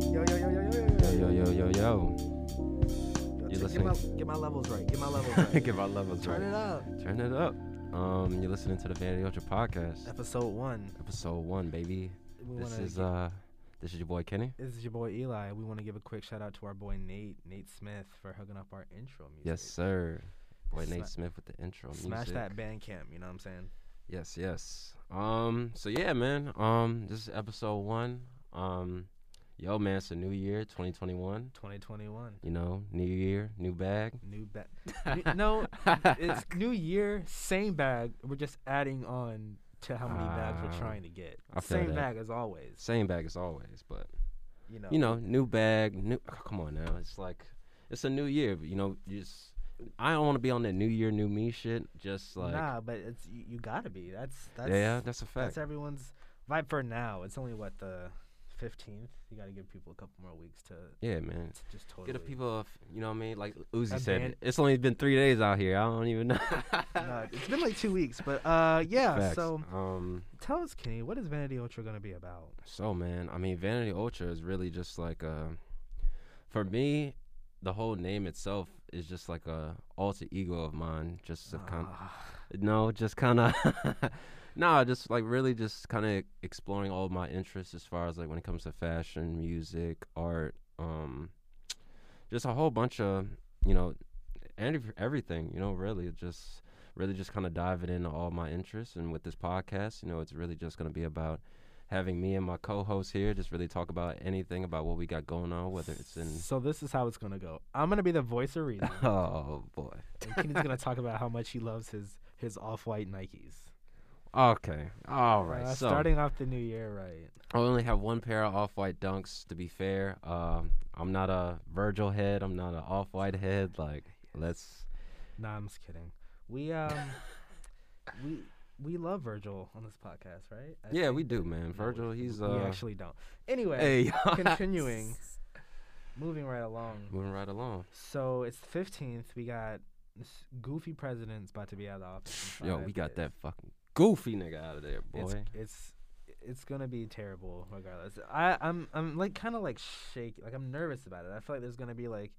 Give our love a Turn break. it up. Turn it up. Um, you're listening to the Vanity Ultra podcast, Episode one. episode one, baby. We This wanna is gi- uh, this is your boy Kenny. this is your boy Eli. We want to give a quick shout out to our boy Nate, Nate Smith, for hooking up our intro music. Yes, sir. Boy Sma- Nate Smith with the intro. Smash music. that band camp. You know what I'm saying? Yes, yes. Um, so yeah, man. Um, this is episode one. Um, yo, man, it's a new year, 2021. 2021. You know, new year, new bag. New bag. no, it's new year, same bag. We're just adding on to how many bags Ah, we're trying to get. I feel Same that. bag as always. Same bag as always, but You know. you know, new bag, new. Come on now, it's like it's a new year. But, you know, you just I don't want to be on that new year, new me shit. Just like nah, but it's you, you gotta be. That's that's yeah, that's a fact. that's everyone's vibe for now. It's only what the 15th. You gotta give people a couple more weeks to, yeah, man. to just totally. Get the people, off, you know what I mean? Like Uzi A said, band- it's only been three days out here. I don't even know. No, it's been like two weeks, but uh, yeah. Facts. So um, tell us, Kenny, what is Vanity Ultra gonna be about? So man, I mean, Vanity Ultra is really just like a, for me, the whole name itself is just like a alter ego of mine. Just to kind, Ah, no, just kind of, nah, just like really just kind of exploring all of my interests as far as like when it comes to fashion, music, art, um, just a whole bunch of you know, and everything. You know, really just really just kind of diving into all my interests and with this podcast, you know, it's really just gonna be about having me and my co-host here just really talk about anything about what we got going on, whether it's in so this is how it's gonna go. I'm gonna be the voice of reason. oh boy, and Kenny's gonna talk about how much he loves his his off-white Nikes. okay, all right, Uh, so starting off the new year right. I only have one pair of off-white dunks. To be fair, um, I'm not a Virgil head. I'm not an off-white head. Like, let's Nah, I'm just kidding. We um, we we love Virgil on this podcast, right? I yeah, think- we do, man. No, Virgil, we, he's we uh, actually don't. Anyway, hey, continuing, moving right along. moving right along. So it's the fifteenth. We got this goofy president's about to be out of the office. in Yo, five we got days. that fucking goofy nigga out of there, boy. It's it's it's gonna be terrible regardless. I I'm I'm like kind of like shaky. Like I'm nervous about it. I feel like there's gonna be like.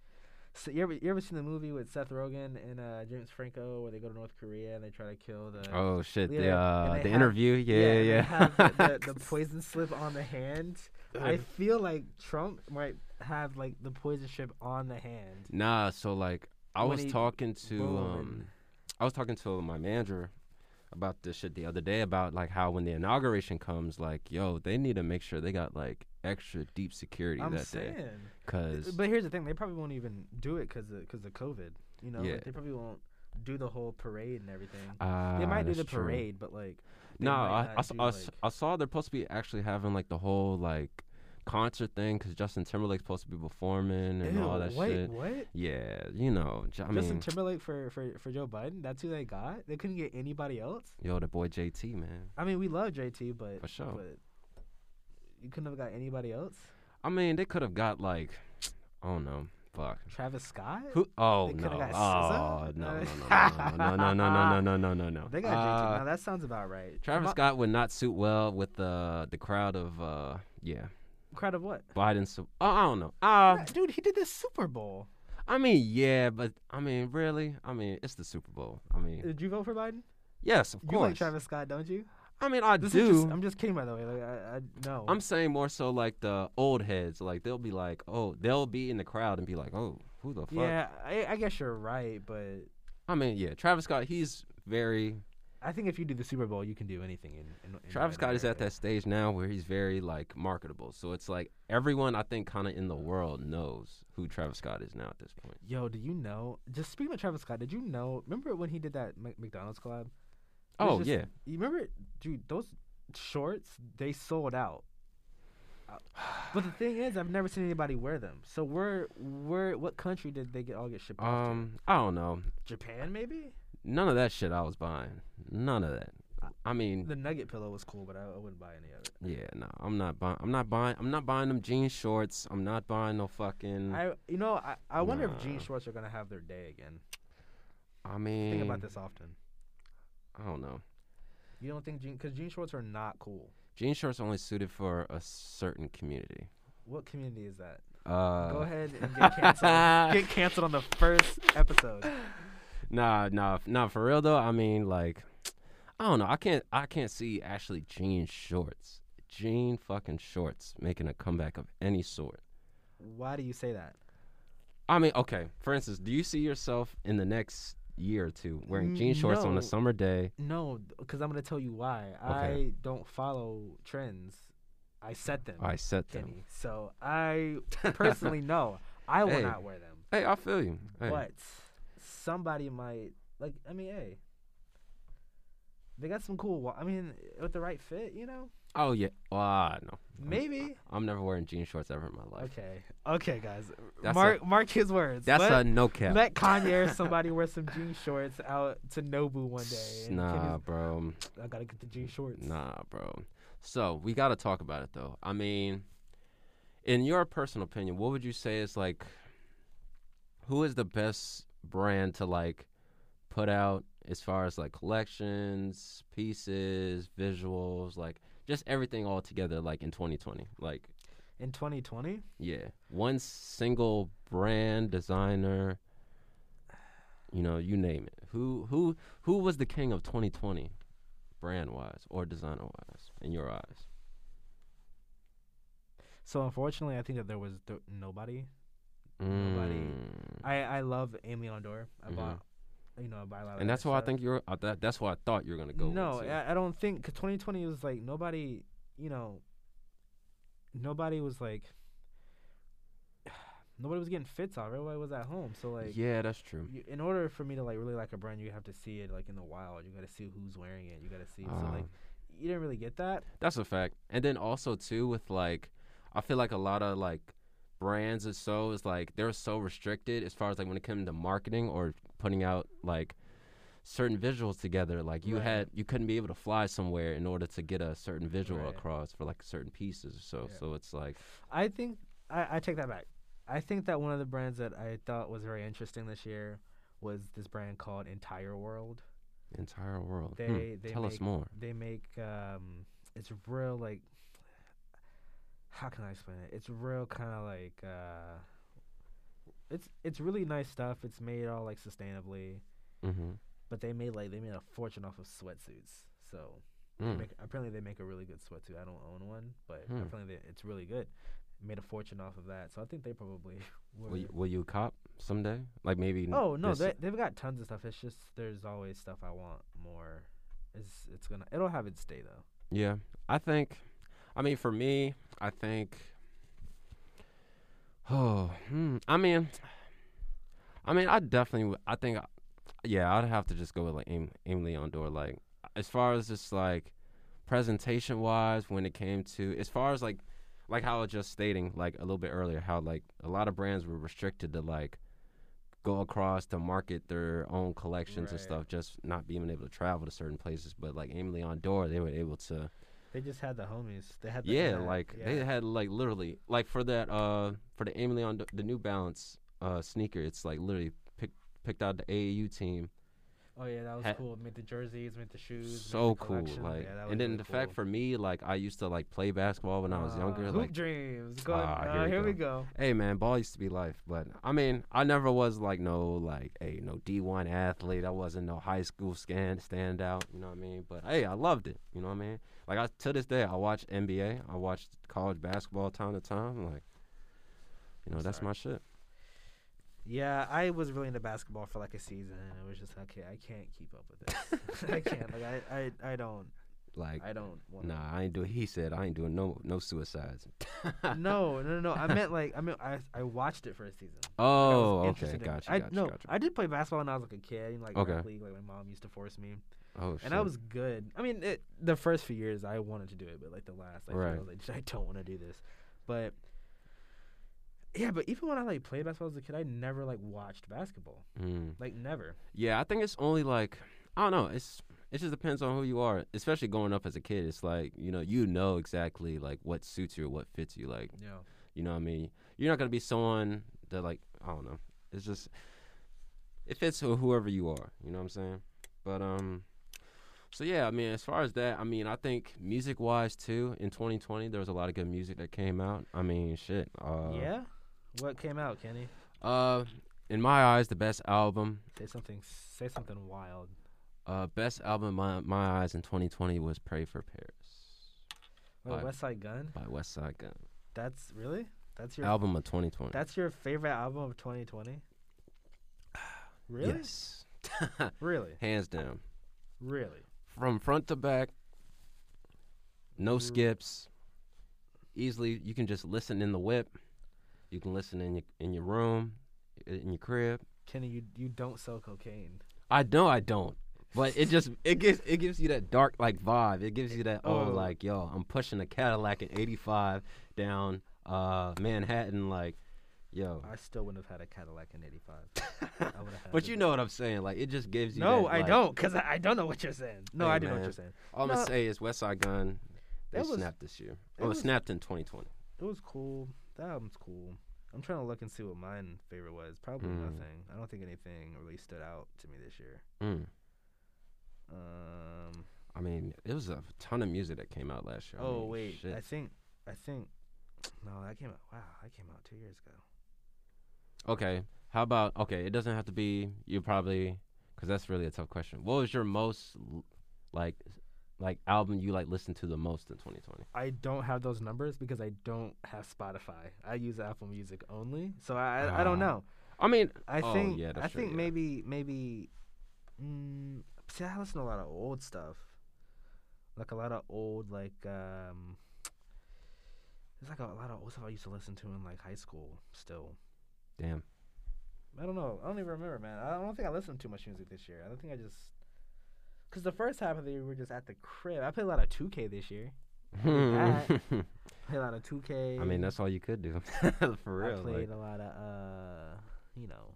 So you ever you ever seen the movie with Seth Rogen and uh, James Franco where they go to North Korea and they try to kill the oh shit, yeah, the and uh, they the have- interview, yeah, and they yeah. have the, the, the poison slip on the hand. I feel like Trump might have like the poison slip on the hand. Nah, so like I When was he talking to boom um and- I was talking to my manager about this shit the other day about like how when the inauguration comes like yo, they need to make sure they got like extra deep security I'm that saying. day Th- cuz But here's the thing: they probably won't even do it because because of COVID. You know, Yeah. like, they probably won't do the whole parade and everything. uh, they might do the parade, but like they No, might I, not I s- do, I s- like- I saw they're supposed to be actually having like the whole like concert thing cuz Justin Timberlake's supposed to be performing and Ew, all that wait, shit. What? Yeah, you know, j- I Justin mean, Timberlake for, for for Joe Biden? That's who they got. They couldn't get anybody else. yo, the boy JT, man. I mean, we love JT, but For sure. But you couldn't have got anybody else. I mean, they could have got like, I don't know, fuck. Travis Scott. Who? Oh They no! coulda got Oh SZA. no! Uh, No! No! No! No! No! No! No! No! No! no. They got Uh, JT. Now that sounds about right. Travis Mo- Scott would not suit well with the the crowd of uh yeah Crowd of what? Biden. Su- oh, I don't know. Uh, Nah, Dude, he did the Super Bowl. I mean yeah, but I mean really, I mean it's the Super Bowl. I mean Did you vote for Biden? yes, of You course. like Travis Scott, don't you? I mean I This do. is just, I'm just kidding, by the way. Like, I, I no. I'm saying more so like the old heads. Like they'll be like, oh, they'll be in the crowd and be like, oh, who the fuck? yeah, I, I guess you're right, but I mean yeah, Travis Scott. He's very I think if you do the Super Bowl, you can do anything. In, in, in Travis Scott is at America. that stage now where he's very like marketable. So it's like everyone I think kind of in the world knows who Travis Scott is now at this point. Yo, do you know? Just speaking of Travis Scott, did you know? Remember when he did that Mc- McDonald's collab? It was Oh just- yeah. You remember, dude? Those shorts they sold out. Uh, But the thing is, I've never seen anybody wear them. So where, where, what country did they get all get shipped off Um, I don't know. to? Japan, maybe. None of that shit I was buying. None of that. I mean, The nugget pillow was cool, but I, I wouldn't buy any of it. yeah, no, I'm not buying. I'm not buying. I'm not buying them jean shorts. I'm not buying no fucking. I, I, you know, I, I wonder if jean Nah. shorts are gonna have their day again. mean, Think about this often. I don't know. You don't think jean, because jean shorts are not cool. Jean shorts are only suited for a certain community. What community is that? Uh, Go ahead and get canceled. get canceled on the first episode. nah, nah, f- nah. For real though, I mean, like, I don't know. I can't, I can't see actually jean shorts, jean fucking shorts, making a comeback of any sort. Why do you say that? I mean, okay. For instance, do you see yourself in the next year or two wearing jean shorts on Mm, No. a summer day? No, because I'm gonna tell you why. Okay. I don't follow trends. I set them, I set them. Kenny. So I personally know I will Hey. not wear them. hey, I feel you. Hey. But somebody might like. I mean, hey, they got some cool. Wa- I mean, with the right fit, you know, Oh yeah. Ah, no. maybe. I'm never wearing jean shorts ever in my life. Okay, okay, guys. That's a- mark mark his words. That's let, a no cap. let Kanye or somebody wear some jean shorts out to Nobu one day. and Nah, Kenny's, bro. I gotta get the jean shorts. Nah, bro. So we got to talk about it though. I mean, in your personal opinion, what would you say is like, who is the best brand to like put out as far as like collections, pieces, visuals, like just everything all together, like in 2020? Like, In 2020. yeah, one single brand designer. You know, you name it. Who who who was the king of 2020, brand wise or designer wise, in your eyes? So unfortunately, I think that there was th- nobody. Nobody. Mm. I I love Amy Ondor. I Mhm. bought, you know, I buy a lot. of and that that's why I stuff. think you're. Uh, that, that's why I thought you were gonna go. with, no, too. I, I don't think cause 2020 was like nobody. You know, nobody was like. Nobody was getting fits off. Everybody was at home. So like, yeah, that's true. you, in order for me to like really like a brand, you have to see it like in the wild. You got to see who's wearing it. You got to see. so Uh, like, you didn't really get that. That's a fact. And then also too with like, I feel like a lot of like brands and so is like they're so restricted as far as like when it came to marketing or putting out like certain visuals together. Like you Right. had you couldn't be able to fly somewhere in order to get a certain visual Right. across for like certain pieces. or So Yeah. so it's like I think I, I take that back. I think that one of the brands that I thought was very interesting this year was this brand called Entire World. entire world. Hmm. They they Tell make, us more. They make um, it's real like how can I explain it? It's real kind of like uh, it's it's really nice stuff. It's made all like sustainably, Mm-hmm. but they made like they made a fortune off of sweatsuits. So Mm. they Make, apparently, they make a really good sweatsuit. I don't own one, but Hmm. apparently, they, it's really good. Made a fortune off of that, so I think they probably. Were. Will you, will you cop someday? Like maybe. n- oh no, this- they they've got tons of stuff. It's just there's always stuff I want more. It's it's gonna it'll have its day though. Yeah, I think. I mean, for me, I think. Oh, hmm, I mean, I mean, I definitely. would- I think. I- Yeah, I'd have to just go with like Aim Aim Leon Door. Like, as far as just like presentation wise, when it came to as far as like like how I was just stating like a little bit earlier, how like a lot of brands were restricted to like go across to market their own collections and Right. stuff, just not being able to travel to certain places. But like Aim Leon Door, they were able to They just had the homies. They had the yeah, internet, like yeah. they had like literally like for that uh for the Aim Leon the New Balance uh sneaker, it's like literally picked picked out the AAU team. oh yeah, that was had- cool. Made the jerseys, made the shoes. made the so cool, collection. like Yeah, that was and then really the fact cool. for me, like I used to like play basketball when I was Uh, younger. Hoop Like, dreams. Going, Ah, uh, here here, we we go. hey man, ball used to be life, but I mean, I never was like no like hey no D one athlete. I wasn't no high school scan standout. You know what I mean? But hey, I loved it. You know what I mean? Like I to this day, I watch NBA. I watch college basketball time to time. Like you know, I'm that's sorry. my shit. Yeah, I was really into basketball for like a season, and it was just okay. I can't keep up with this. I can't. Like I, I, I don't. Like I don't want. Nah, I ain't doing. He said I ain't doing no no suicides. No, no, no, no. I meant like I mean I I watched it for a season. I was Oh, okay, interested in it. gotcha, I, gotcha, no, gotcha. I did play basketball when I was like a kid, you know, like Okay. rec league, like my mom used to force me, oh, shit. and I was good. I mean, it, the first few years I wanted to do it, but like the last, like, I Right. was like, I don't want to do this, but. Yeah, but even when I like played basketball as a kid, I never like watched basketball, Mm. like never. Yeah, I think it's only like I don't know. It's it just depends on who you are, especially growing up as a kid. It's like you know you know exactly like what suits you or what fits you. Like Yeah. you know what I mean. You're not gonna be someone that like I don't know. It's just it fits who- whoever you are. You know what I'm saying? But um. So yeah, I mean, as far as that, I mean, I think music-wise too, in 2020 there was a lot of good music that came out. I mean, shit. Uh, yeah. What came out, Kenny? Uh, in my eyes, the best album, Say something. Say something wild. uh, best album in my my eyes in 2020 was "Pray for Paris" Oh, By- West Side Gun. by West Side Gun. That's really. That's your. album of 2020. That's your favorite album of 2020. Really? Yes, Really? hands down, Really? from front to back, no Mm. skips. Easily, you can just listen in the whip. You can listen in your in your room, i- in your crib. Kenny, you you don't sell cocaine. I know I don't. But it just it gives it gives you that dark like vibe. It gives you that oh, Oh. like yo, I'm pushing a Cadillac in 85 down uh Manhattan like yo. I still wouldn't have had a Cadillac in '85. I would have. But you know what I'm saying? Like it just gives you Uh, No, that, I like- don't, cause I, I don't know what you're saying. No, Hey, I do know what man. you're saying. All I'm No. gonna say is West Side Gun they That was- snapped this year. it Oh, it was- snapped in 2020. It was cool. That album's cool. I'm trying to look and see what mine favorite was. Probably Mm. nothing. I don't think anything really stood out to me this year. Mm. Um. I mean, it was a ton of music that came out last year. I Oh mean, wait, shit. I think I think no, that came out. Wow, that came out two years ago. Okay. How about okay? It doesn't have to be you probably because that's really a tough question. What was your most l- like like album you like listened to the most in 2020? I don't have those numbers because I don't have Spotify. I use Apple Music only, so I I, I don't Ah. know. I mean, I Oh, think yeah, I that's true, think yeah. maybe maybe mm, see I listen to a lot of old stuff, like a lot of old like um. There's like a lot of old stuff I used to listen to in like high school still. damn. I don't know. I don't even remember, man. I don't think I listened to too much music this year. I don't think I just. Because the first half of the year, we were just at the crib. I played a lot of 2K this year. that. Played a lot of 2K. I mean, that's all you could do for real. I like, played a lot of, uh, you know,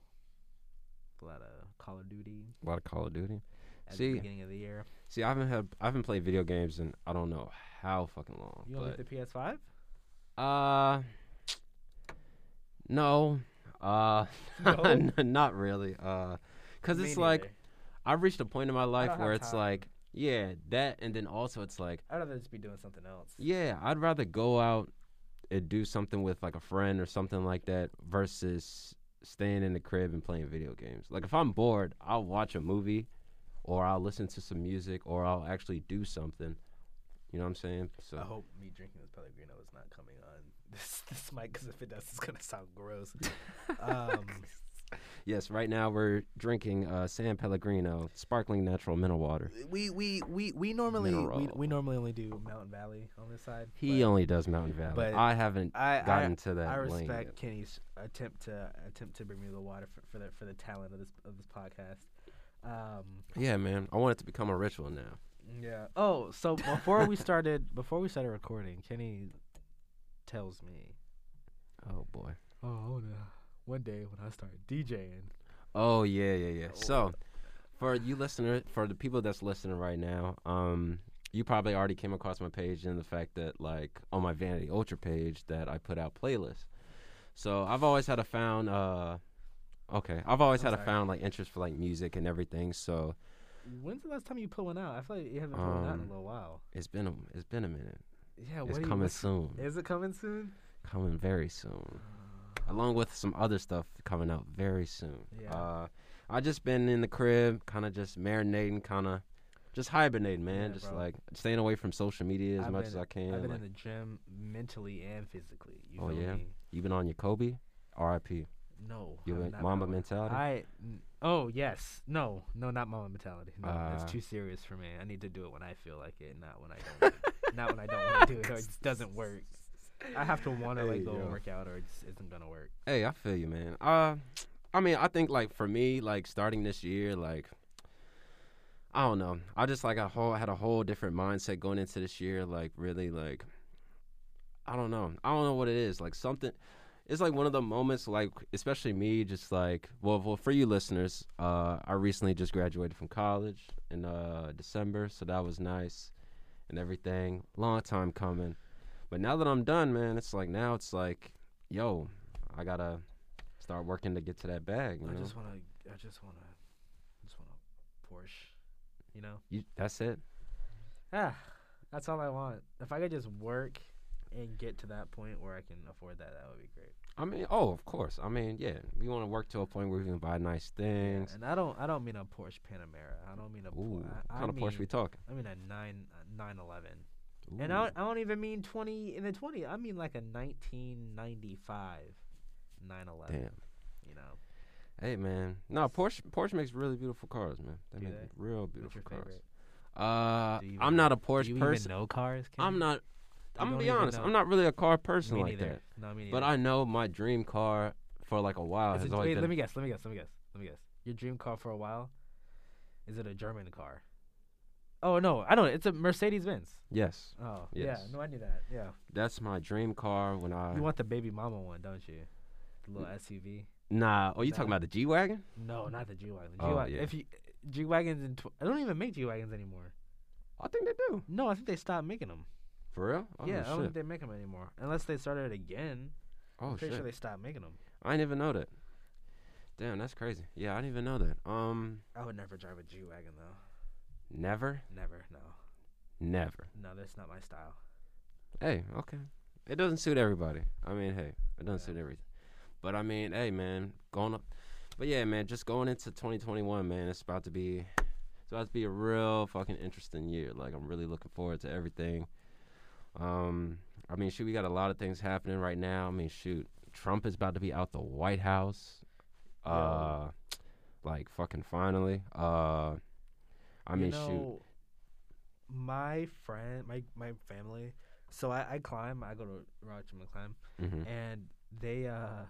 a lot of Call of Duty a lot of Call of Duty. at See- the beginning of the year. See, I haven't had I haven't played video games in I don't know how fucking long. You want to get the PS5? but, uh, no, uh, No? n- not really. Uh, because Me it's like neither. I've reached a point in my life don't where have it's time. like, yeah, that, and then also it's like, I'd rather just be doing something else. yeah, I'd rather go out and do something with like a friend or something like that versus staying in the crib and playing video games. Like if I'm bored, I'll watch a movie or I'll listen to some music or I'll actually do something. You know what I'm saying? So I hope me drinking this Pellegrino is not coming on this this mic because if it does, it's gonna sound gross. um, yes, right now we're drinking uh, San Pellegrino sparkling natural mineral water. we we we we normally we, Mineral. we normally only do Mountain Valley on this side. He but only does Mountain Valley. but I haven't I gotten I, to that. I lane respect yet. Kenny's attempt to attempt to bring me the water for, for the for the talent of this of this podcast. Um, Yeah, man. I want it to become a ritual now. yeah. Oh, so before we started before we started recording, Kenny tells me, Oh boy. "Oh, no. one day when I start DJing, Oh yeah, yeah, yeah. Oh. So, for you listener, for the people that's listening right now, um, you probably already came across my page and the fact that like on my Vanity Ultra page that I put out playlists. So I've always had a found. Uh, okay, I've always I'm had sorry. a found like interest for like music and everything. So When's the last time you put one out? I feel like you haven't put one out in a Um, little while. it's been a, it's been a minute. Yeah, it's do you- coming what's- soon. Is it coming soon? coming very soon, along with some other stuff coming out very soon. Yeah. Uh, I just been in the crib, kind of just marinating, kind of just hibernating, man. Yeah, just bro. like staying away from social media as I've much been- as I can. I've been like, in the gym mentally and physically. You Oh, feel yeah? me? you been on your Kobe, R.I.P. No. You I'm went not Mamba going. mentality. I. n- Oh yes. No. No. Not mama mentality. No. Uh, it's too serious for me. I need to do it when I feel like it, not when I don't. wanna- not when I don't want to do it. Or it just doesn't work. I have to want to Hey, like go yo. and work out, or it just isn't gonna work. Hey, I feel you, man. Uh, I mean, I think like for me, like starting this year, like I don't know, I just like a whole had a whole different mindset going into this year. Like really, like I don't know, I don't know what it is. Like something, it's like one of the moments, like especially me, just like well, well for you listeners, uh, I recently just graduated from college in uh December, so that was nice and everything. Long time coming, but now that I'm done, man, it's like now it's like yo. I gotta start working to get to that bag. You I know, just wanna. I just wanna. Just wanna Porsche. You know. you, that's it. Ah, that's all I want. If I could just work and get to that point where I can afford that, that would be great. I mean, oh, of course. I mean, yeah, we want to work to a point where we can buy nice things. And I don't I don't mean a Porsche Panamera. I don't mean a Ooh, Por- I, what I kind of mean, Porsche we talking? I mean a nine a nine eleven. Ooh. And I don't, I don't even mean 20 in the 20. I mean like a 1995 911, damn. you know. Hey man, no Porsche. Porsche makes really beautiful cars, man. They Do make they? real What's beautiful your cars. favorite? Uh, Do you I'm even- not a Do Porsche you person. even know cars? Ken? I'm not. don't I'm gonna be even honest. know. I'm not really a car person me like neither. that. No, me neither. But I know my dream car for like a while Is has it- always wait, been. let me guess. Let me guess. Let me guess. Let me guess. Your dream car for a while? Is it a German car? Oh no, I don't. It's a Mercedes Benz. yes, Oh Yes. yeah, no, I knew that. Yeah, that's my dream car. When I you want the baby mama one, don't you? The little SUV. nah. Oh, you Nah. talking about the G wagon? No, not the G wagon. G Oh, wagon. yeah. If you G wagons and tw- I don't even make G wagons anymore. I think they do. No, I think they stopped making them. For real? Oh, yeah, I don't Shit. think they make them anymore unless they started again. oh I'm pretty shit. sure they stopped making them. I didn't even know that. Damn, that's crazy. Yeah, I didn't even know that. Um, I would never drive a G wagon though. never, Never. No. never. No, that's not my style. Hey, okay. It doesn't suit everybody. I mean, hey, it doesn't Yeah. suit everything. But I mean, hey, man, going up. But yeah, man, just going into 2021, man, it's about to be, it's about to be a real fucking interesting year. Like, I'm really looking forward to everything. Um, I mean, shoot, we got a lot of things happening right now. I mean, shoot, Trump is about to be out the White House. Yo. Uh, like fucking finally. Uh, I mean, you shoot. know, My friend, my my family. So I, I climb. I go to Roger and climb, hmm and they uh,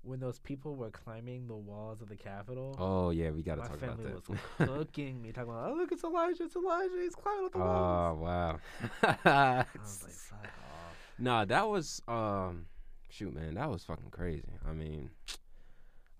when those people were climbing the walls of the Capitol, Oh yeah, we gotta my talk about family that. was cooking me, talking about, oh look, it's Elijah, it's Elijah, he's climbing up the walls. Oh wow. I was like, fuck off. nah, that was um shoot man, that was fucking crazy. I mean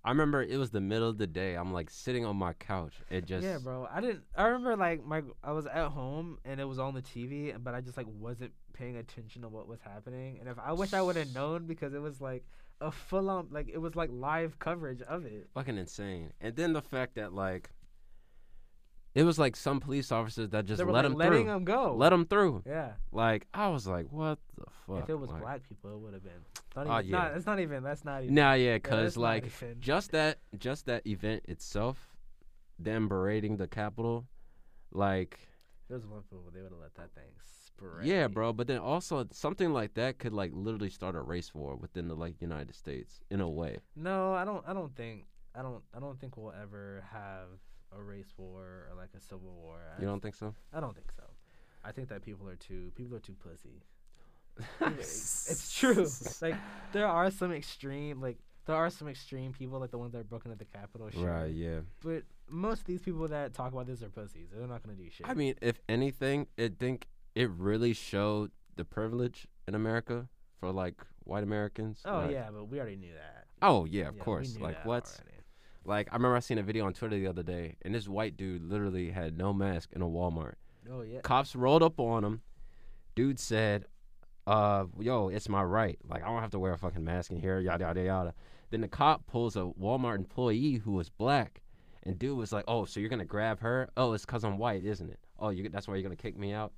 I remember it was the middle of the day. I'm like sitting on my couch. It just yeah, bro. I didn't. I remember like my I was at home and it was on the TV, but I just like wasn't paying attention to what was happening. And if I wish I would have known because it was like a full on like it was like live coverage of it. fucking insane. And then the fact that like it was like some police officers that just they were let like, him letting through. them go. Let him through. yeah. Like I was like, what the fuck? if it was like, black people, it would have been. Not Ah, even, yeah. not, that's not even. That's not even. Nah, yeah, yeah, cause that's not like even- just that just that event itself, them berating the Capitol, like There was one people they would have let that thing spread. Yeah, bro. But then also something like that could like literally start a race war within the like United States in a way. No, I don't. I don't think. I don't. I don't think we'll ever have a race war or like a civil war. I You don't think so? I don't think so. I think that people are too people are too pussy. it's it's true. Like there are some extreme like there are some extreme people like the ones that are broken at the Capitol. Sure. Right. Yeah. But most of these people that talk about this are pussies. They're not gonna do shit. I mean, if anything, I think it really showed the privilege in America for like white Americans. oh like- yeah, but we already knew that. Oh yeah, of Yeah, we course. knew Like that what's already. like I remember I seen a video on Twitter the other day, and this white dude literally had no mask in a Walmart. Oh yeah. cops rolled up on him. Dude said, "Uh, yo, it's my right. Like I don't have to wear a fucking mask in here. Yada yada yada." Then the cop pulls a Walmart employee who was black, and dude was like, "Oh, so you're gonna grab her? Oh, it's cause I'm white, isn't it? Oh, you that's why you're gonna kick me out."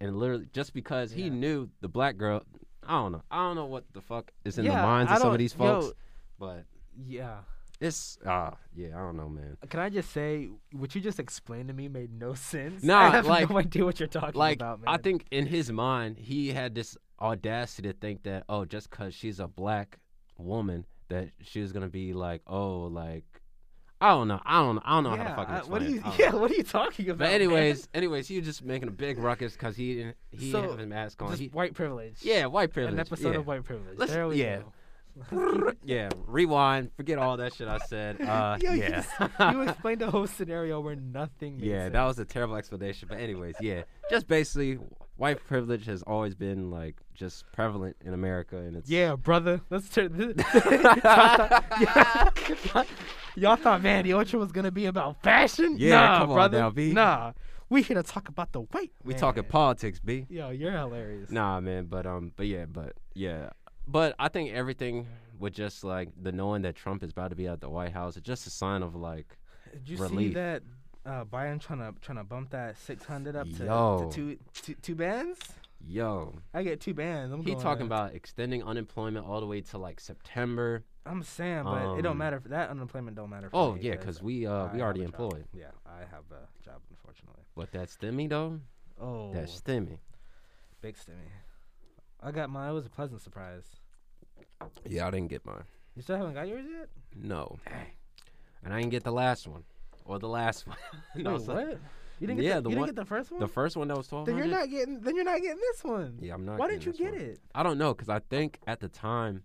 And literally, just because he Yeah. knew the black girl, I don't know. I don't know what the fuck is in the Yeah, minds I of some of don't- these folks, yo. but Yeah. it's ah, yeah, I don't know, man. Can I just say what you just explained to me made no sense? Nah, I have like- no idea what you're talking like about, man. I think in his mind he had this audacity to think that oh just because she's a black woman that she's gonna be like oh like I don't know I don't I don't know how Yeah, to fucking I- what explain are it. you I don't know. yeah, what are you talking about? But man? anyways anyways he was just making a big ruckus because he didn't he So, didn't have his mask on Just he, white privilege. yeah white privilege An episode yeah. of white privilege. Let's- there we yeah. go. yeah rewind forget all that shit I said uh, Yo, you yeah just- you explained a whole scenario where nothing made Yeah, sense. that was a terrible explanation. But anyways, yeah, just basically, white privilege has always been like just prevalent in America, and it's yeah, brother. Let's turn this. y'all, thought, y'all- y'all thought Mandy Ultra was gonna be about fashion? Yeah, nah, come on brother. now, B. Nah, we here to talk about the white. we man. talking politics, b. Yo, you're hilarious. Nah, man, but um, but yeah, but yeah, but I think everything with just like the knowing that Trump is about to be at the White House, it's just a sign of like, Did you Relief. see that uh, Biden trying to trying to bump that 600 up to, Yo. to two, two two bands? Yo, I get two bands. I'm he going talking in. about extending unemployment all the way to like September. I'm saying, but it don't um, matter. For, that unemployment don't matter. For Oh me yeah, because we I uh have we a already job. employed. Yeah, I have a job unfortunately. But that stemming though, Oh, that stemming. big stimmy. I got mine. It was a pleasant surprise. Yeah, I didn't get mine. You still haven't got yours yet? No, and I didn't get the last one or the last one. And I Wait, was like, what? You didn't get Yeah, the, the you one- didn't get the first one. The first one that was twelve then you're hundred. not getting. Then you're not getting this one. Yeah, I'm not. Why didn't you getting this get one. it? I don't know, cause I think at the time,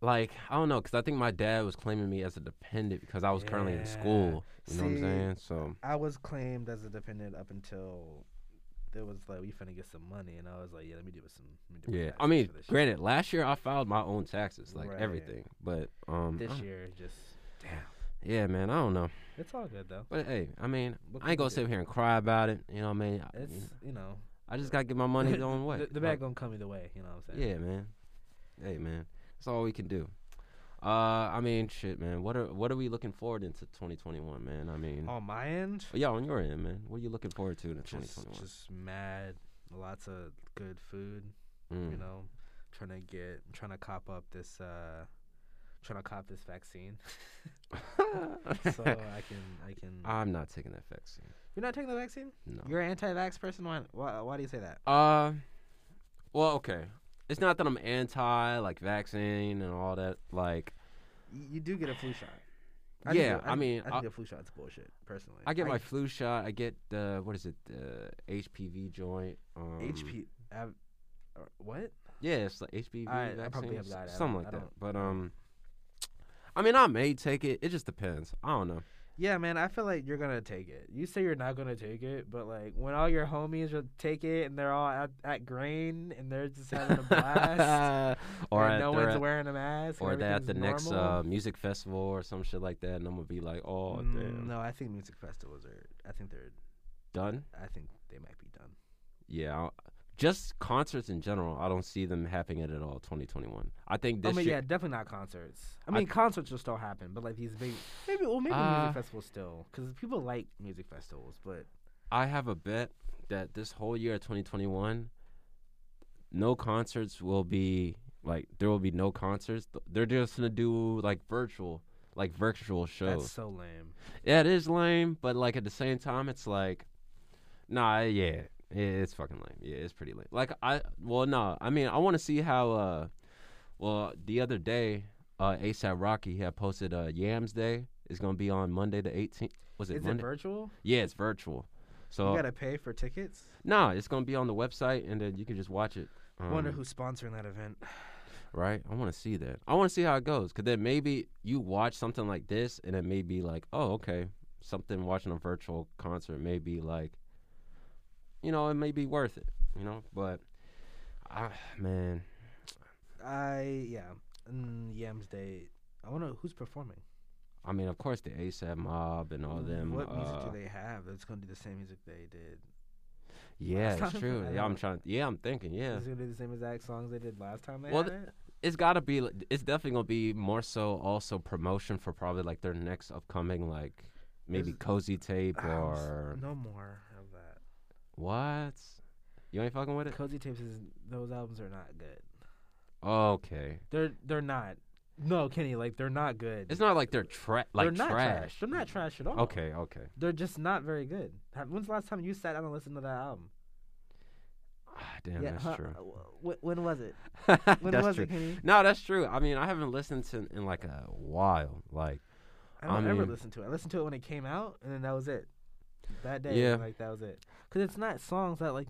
like I don't know, cause I think my dad was claiming me as a dependent because I was currently Yeah. in school. You know what I'm See, saying? So I was claimed as a dependent up until there was like we finna get some money, and I was like, yeah, let me do it some. Let me do yeah, with I mean, taxes for granted, last year I filed my own taxes, like Right. everything. But um, This year, I- this year just damn. yeah, man, I don't know. It's all good though. But hey, I mean, What I ain't can you gonna do? sit here and cry about it. You know what I mean? I- It's you know I just gotta get my money the own way. The, the Like, bag gonna come either way. You know what I'm saying? Yeah, man. Hey, man. That's all we can do. Uh, I mean, shit, man. What are what are we looking forward into 2021, man? I mean, On my end, yeah, on your end, man. What are you looking forward to in 2021? just just mad. Lots of good food. You Mm. know, trying to get trying to cop up this uh, trying to cop this vaccine so I can I can. Mm. I'm not taking that vaccine. You're not taking the vaccine. Uh, No. You're an anti-vax person. Why, why? Why do you say that? Uh, well, okay. It's not that I'm anti like vaccine and all that. Like, Y- You do get a flu shot. think yeah, the- I think- mean, I I, think the flu shot's bullshit. Personally, I get my flu shot. I get the what is it? The HPV joint. Um, HP. av- uh, or what? Yeah, it's like HPV I- vaccine, I probably have got it. I something don't- like I that. don't- But um, I mean, I may take it. It just depends. I don't know. Yeah, man, I feel like you're gonna take it. You say you're not gonna take it, but like when all your homies are take it and they're all at, at grain and they're just having a blast, or and at no the- one's wearing a mask, or and they're at the everything's next normal. uh, music festival or some shit like that, and I'm gonna be like, oh Mm, damn, No, I think music festivals are. I think they're. done. I think they might be done. Yeah, I'll- just concerts in general. I don't see them happening at all. 2021. I think this I mean, yeah, year. definitely not concerts. I I- mean, concerts will still happen, but like these big, maybe well, maybe Uh, music festivals still, because people like music festivals. But I have a bet that this whole year of 2021, no concerts will be like there will be no concerts. Th- They're just gonna do like virtual, like virtual that's shows. so lame. Yeah, it is lame, but like at the same time, it's like, nah, yeah, i- it's fucking lame. Yeah, it's pretty lame. Like I, well, no, I mean, I want to see how. uh Well, the other day, uh ASAP Rocky had posted uh Yams Day is gonna be on Monday the 18th. Was it Oh. Is it Monday? virtual? yeah, it's virtual. So You gotta pay for tickets. no, it's gonna be on the website, and then you can just watch it. Wonder Um, who's sponsoring that event. right? I want to see that. I want to see how it goes, cause then maybe you watch something like this, and it may be like, oh, okay, something watching a virtual concert may be like, you know, it may be worth it, you know. But, ah, man, I yeah, mm, Yams Day. I wonder who's performing. Mm, I mean, of course the ASAP Mob and all them. What music uh, do they have that's gonna do the same music they did? Yeah, Last it's time? true. I Yeah, I'm don't- trying. Yeah, I'm thinking. Yeah, Is it gonna do the same exact songs they did last time they Well, had th- it? it's gotta be. li- It's definitely gonna be more so also promotion for probably like their next upcoming like maybe There's- cozy tape Ah, I'm s- or no more of that. what? You ain't fucking with it. Cozy Tapes is those albums are not good. Okay, They're they're not. No, Kenny, like they're not good. it's not like they're tra- like they're not trash. They're not trash at all. Okay, okay. They're just not very good. Ha- When's the last time you sat down and listened to that album? Ah, damn, that's huh, true. uh, wh- when was it? When that's was true. it, Kenny? No, that's true. I mean, I haven't listened to in like a while. Like, I don't I ever mean- listen to it. I listened to it when it came out, and then that was it. That day, Yeah. like that was it. Because it's not songs that like.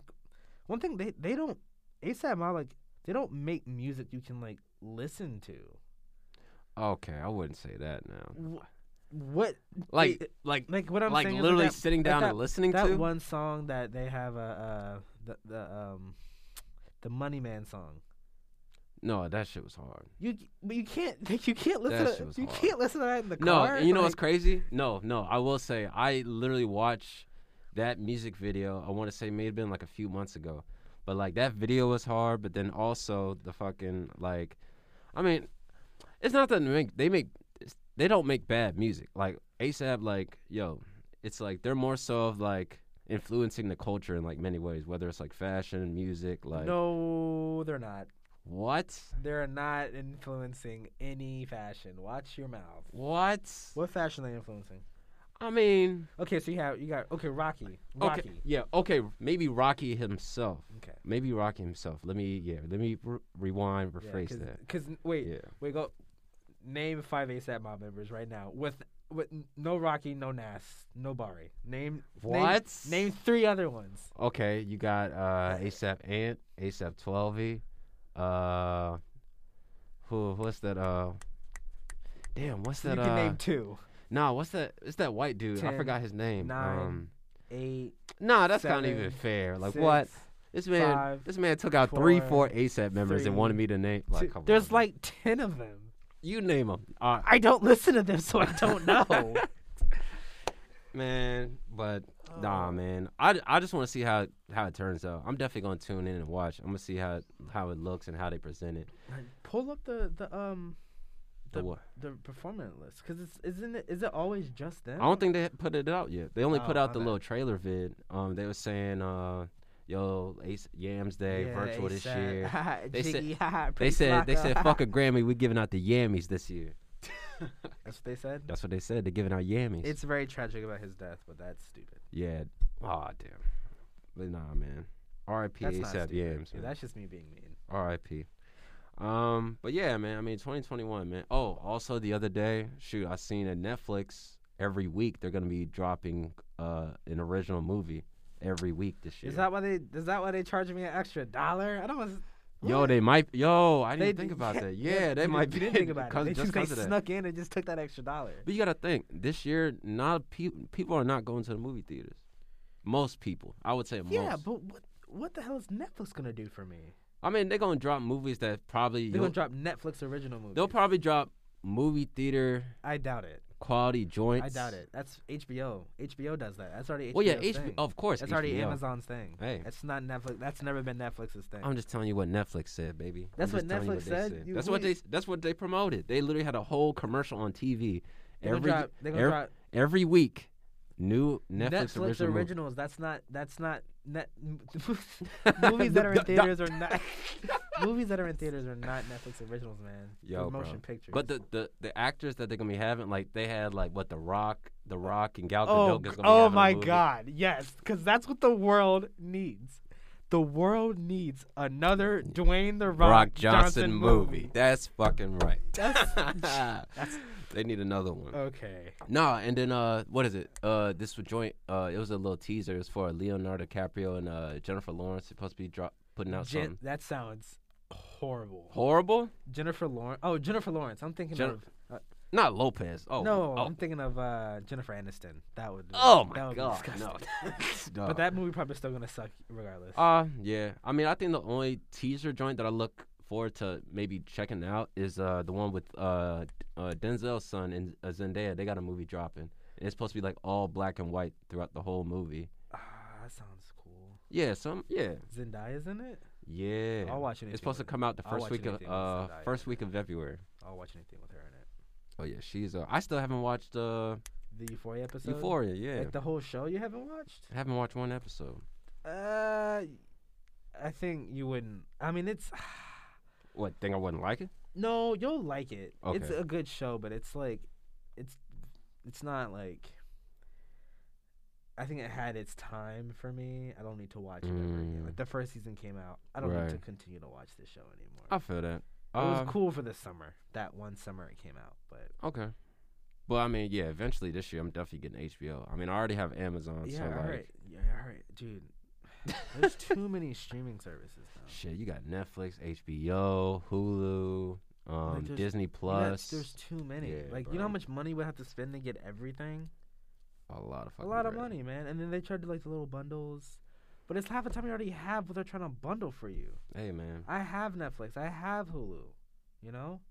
One thing they they don't ASAP Mob like they don't make music you can like listen to. okay, I wouldn't say that now. Wh- What Like, it- like, like what I'm like saying literally is like sitting like down that- and listening that, to. that one song that they have uh, uh the the um the Money Man song. no, that shit was hard. You c- but you can't like, you can't listen That to shit was you hard. can't listen to that in the No, car. and you know what's like, crazy? No, no, I will say I literally watched that music video. I want to say may have been like a few months ago, but like that video was hard. But then also the fucking like, I mean, it's not that they make they make it's- they don't make bad music. Like ASAP, like yo, it's like they're more so of like. influencing the culture in like many ways, whether it's like fashion, music, like no, they're not. what, They're not influencing any fashion. Watch your mouth. what? What fashion are they influencing? I mean, Okay, so you have you got okay Rocky, Rocky. okay, yeah, okay, maybe Rocky himself, Okay. maybe Rocky himself. Let me, yeah, let me re- rewind, rephrase cause, that. 'cause n- wait, Yeah, wait, go. Name five ASAP mob members right now with with n- no Rocky, no Nas, no Bari. Name name- what? Name, three other ones. Okay, you got uh ASAP Ant, ASAP Twelvey, E, uh, who? What's that? Uh, damn, what's that? you can uh, name two. Nah, what's that? It's that white dude. I Ten, forgot his name. nine, um, Eight. nah, that's not seven, even fair. Like what? six, This man, five, this man took out three, four, four ASAP members and wanted three, me to name. two- Like, come There's on, man. like ten of them. you name them. Uh, I don't listen to them, so I don't know. man, but Oh. nah, man. I, I just want to see how it, how it turns out. I'm definitely gonna tune in and watch. I'm gonna see how it, how it looks and how they present it. Pull up the the um The The- what- the performance list because it's isn't it is it always just them? I don't think they had put it out yet. They only put Oh, out my the bad. little trailer vid. Um, they were saying, uh, yo, Ace Yams Day virtual this year. They said- Jiggy, They said they said fuck a Grammy. We giving out the yammies this year. That's what they said. That's what they said. They're giving out yammies. It's very tragic about his death, but that's stupid. yeah. Oh damn. But nah, man. R.I.P. That's not ASAP stupid. Yams. Yeah, man. that's just me being mean. R.I.P. Um, but yeah, man. I mean, 2021, man. Oh, also the other day, shoot, I seen at Netflix every week they're gonna be dropping uh an original movie every week this year. Is that why they? Is that why they charge me an extra dollar? I don't. Was, Yo, they might. Yo, I didn't They think d- about yeah, that. Yeah, they you didn't- might be. You didn't think about cause- it. They just just they 'cause of that. snuck in and just took that extra dollar. But you gotta think. This year, not pe- people are not going to the movie theaters. Most people, I would say most. Yeah, but what? What the hell is Netflix gonna do for me? I mean, they're gonna drop movies that probably They're gonna you'll- drop Netflix original movies. they'll probably drop movie theater I doubt it. quality joints. I doubt it. That's HBO. HBO does that. That's already. Well, yeah, HBO's HBO, thing. of course. That's already HBO. Amazon's thing. Hey. Oh, That's not Netflix. That's never been Netflix's thing. I'm just telling you what Netflix said, baby. I'm That's just what telling you Netflix they said? You That's what they. weak. s- That's what they promoted. They literally had a whole commercial on TV they're every gonna drop, they're gonna every, drop every week. New Netflix, Netflix, original. movie. originals. That's not. That's not. Net, movies that are in theaters are not. movies that are in theaters are not Netflix originals, man. They're Yo, bro. motion pictures. But the, the the actors that they're gonna be having, like they had like what the Rock, the Rock and Gal oh, Gadot. g- is gonna be oh having a my movie. God, yes, because that's what the world needs. The world needs another Dwayne the Rock, Rock, Johnson, movie. That's fucking right. That's- that's- they need another one. Okay. nah, and then uh, what is it? Uh, this was joint. Uh, it was a little teaser. It's for Leonardo DiCaprio and uh Jennifer Lawrence. Supposed to be drop putting out Gen- something that sounds horrible. horrible. Jennifer Lawrence. Oh, Jennifer Lawrence. I'm thinking Jen- of. Uh, Not Lopez. Oh no, Oh, I'm thinking of uh, Jennifer Aniston. That would. oh that my would god. Be disgusting. No. But that movie probably still gonna suck regardless. Uh yeah. I mean, I think the only teaser joint that I look forward to maybe checking out is uh the one with uh, uh Denzel's son and uh, Zendaya. They got a movie dropping. And it's supposed to be like all black and white throughout the whole movie. ah, that sounds cool. Yeah, some yeah. Zendaya's in it. Yeah. I'll watch anything It's supposed to with- come out the I'll first watch week of anything with uh Zendaya. first week of February. I'll watch anything with her in Oh yeah, she's uh I still haven't watched uh it. The Euphoria episode. Euphoria, yeah. Like the whole show you haven't watched. I haven't watched one episode. Uh, I think you wouldn't. I mean, it's What, think I wouldn't like it? no, you'll like it. It's Okay. a good show, but it's like, it's, it's not like. I think it had its time for me. I don't need to watch it ever again. Mm. Like the first season came out, I don't Right. need to continue to watch this show anymore. I feel that. It was Um, cool for the summer. That one summer it came out, but Okay. But I mean, yeah, eventually this year I'm definitely getting HBO. I mean, I already have Amazon, yeah, so all like, right, yeah, all right, dude. There's too many streaming services now. shit, you got Netflix, HBO, Hulu, um, there's- Disney You got- Plus, there's too many. Yeah, like, you know how bro. much money we have to spend to get everything? a lot of A fucking lot of bread. money, man. And then they charge you like the little bundles, but it's half the time you already have what they're trying to bundle for you. Hey man, I have Netflix. I have Hulu. You know,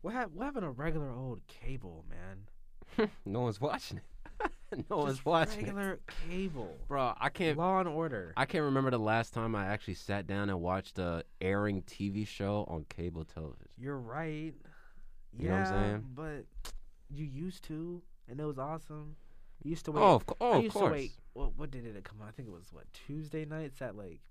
what have what having a regular old cable, man? no one's watching it. no one's Just watching it, regular cable. bro. I can't. Law and Order. I can't remember the last time I actually sat down and watched a airing TV show on cable television. You're right. You know what I'm saying? But you used to, and it was awesome. I used to wait. Oh, of, cou- oh, I of used course. to wait. What, what day did it come on? I think it was what Tuesday nights at like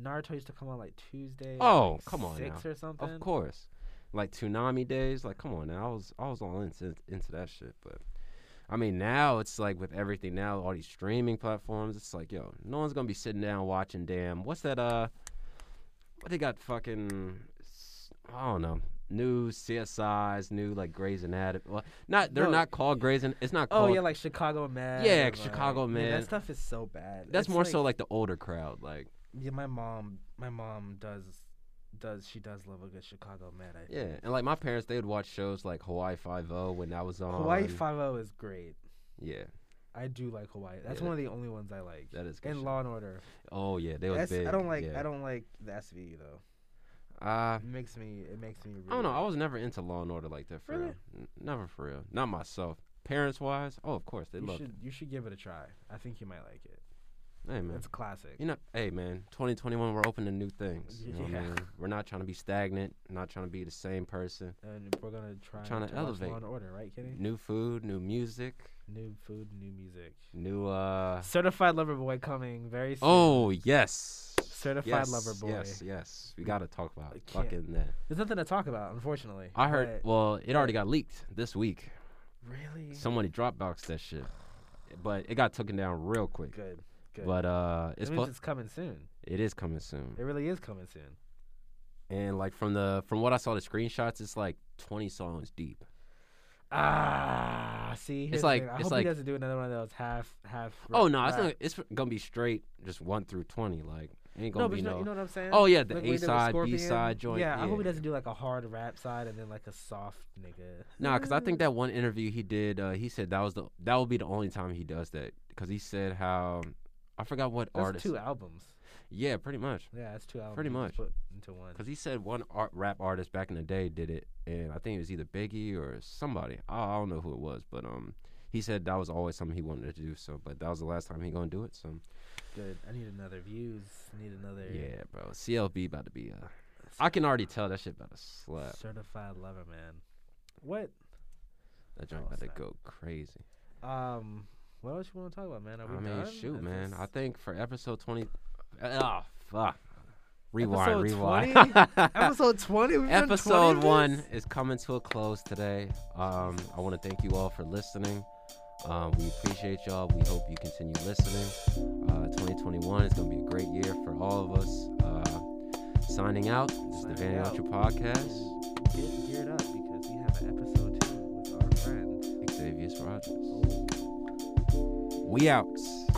Naruto used to come on like Tuesday. at, Oh, like, come on six or something. Of course. Like tsunami days, like come on now. I was I was all into into that shit, but I mean now it's like with everything now, all these streaming platforms, it's like, yo, no one's gonna be sitting down watching damn what's that uh what they got fucking s- I don't know. New CSIs, new like Grey's Anatomy. Well, not they're No. not called Grey's. An- it's not Oh called. yeah, like Chicago Med. Yeah, and, Chicago like- Man, Med. that stuff is so bad. that's It's, more so like the older crowd. Like yeah, my mom. My mom does does she does love a good Chicago Med. I yeah, and like my parents, they would watch shows like Hawaii Five O when I was on. Hawaii Five O is great. Yeah, I do like Hawaii. That's Yeah. one of the only ones I like. that is good. And shit. Law and Order. Oh yeah, they was S- big. I don't like. yeah. I don't like the SVU though. Uh, It makes me. It makes me. Really I don't know. I was never into Law and Order like that for Really? real. N- never for real. Not myself. Parents wise, oh of course they you love. should. You should give it a try. I think you might like it. Hey man, It's a classic. you know, hey man, 2021 we're open to new things. You know what I Yeah. mean? We're not trying to be stagnant. Not trying to be the same person. and we're gonna try tryna to watch elevate. Law and Order, right, Kenny? New food, new music, New food, new music. new uh. Certified Lover Boy coming very soon. Oh yes. Certified yes, Lover Boy. Yes, yes. We gotta talk about I can't- fucking that. There's nothing to talk about, unfortunately. I heard. but Well, it already got leaked this week. really Somebody Dropbox that shit, but it got taken down real quick. good. Good. But uh, That it's means po- it's coming soon. it is coming soon. It really is coming soon. And like from the from what I saw the screenshots, it's like twenty songs deep. Ah, see, here's the like- thing. I it's hope like- he doesn't do another one of those half half. oh no, it's rap. not, it's gonna be straight just one through twenty. Like ain't gonna No, but be you no. know, you know what I'm saying. oh yeah, the Like we A did with side, B Scorpion. side joint. Yeah, I hope he doesn't do like a hard rap side and then like a soft nigga. Nah, because I think Mm. that one interview he did, uh, he said that was the that will be the only time he does that. Because he said how um, I forgot what that's artist. two albums. Yeah, pretty much. Yeah, that's two albums. Pretty you just much. put into one. Because he said one art, rap artist back in the day did it, and I think it was either Biggie or somebody. I, I don't know who it was, but um, he said that was always something he wanted to do. So, but that was the last time he gonna do it. So, Good. I need another views. Need another. yeah, bro, CLB about to be. Uh, I can already tell that shit about to slap. Certified lover man. What? That joint Oh, about to snap. go crazy. Um. What else you want to talk about, man? Are we I mean, done? shoot, Is man. this- I think for episode twenty, oh fuck, rewind, Episode rewind. 20? episode 20 we've done 20 episode of one this? is coming to a close today. Um, I want to thank you all for listening. Um, we appreciate y'all. We hope you continue listening. Uh, 2021 is going to be a great year for all of us. Uh, signing out. This is Signing the Van out. Ultra Podcast. Get geared up because we have an episode two with our friend Xavier Rogers. We out.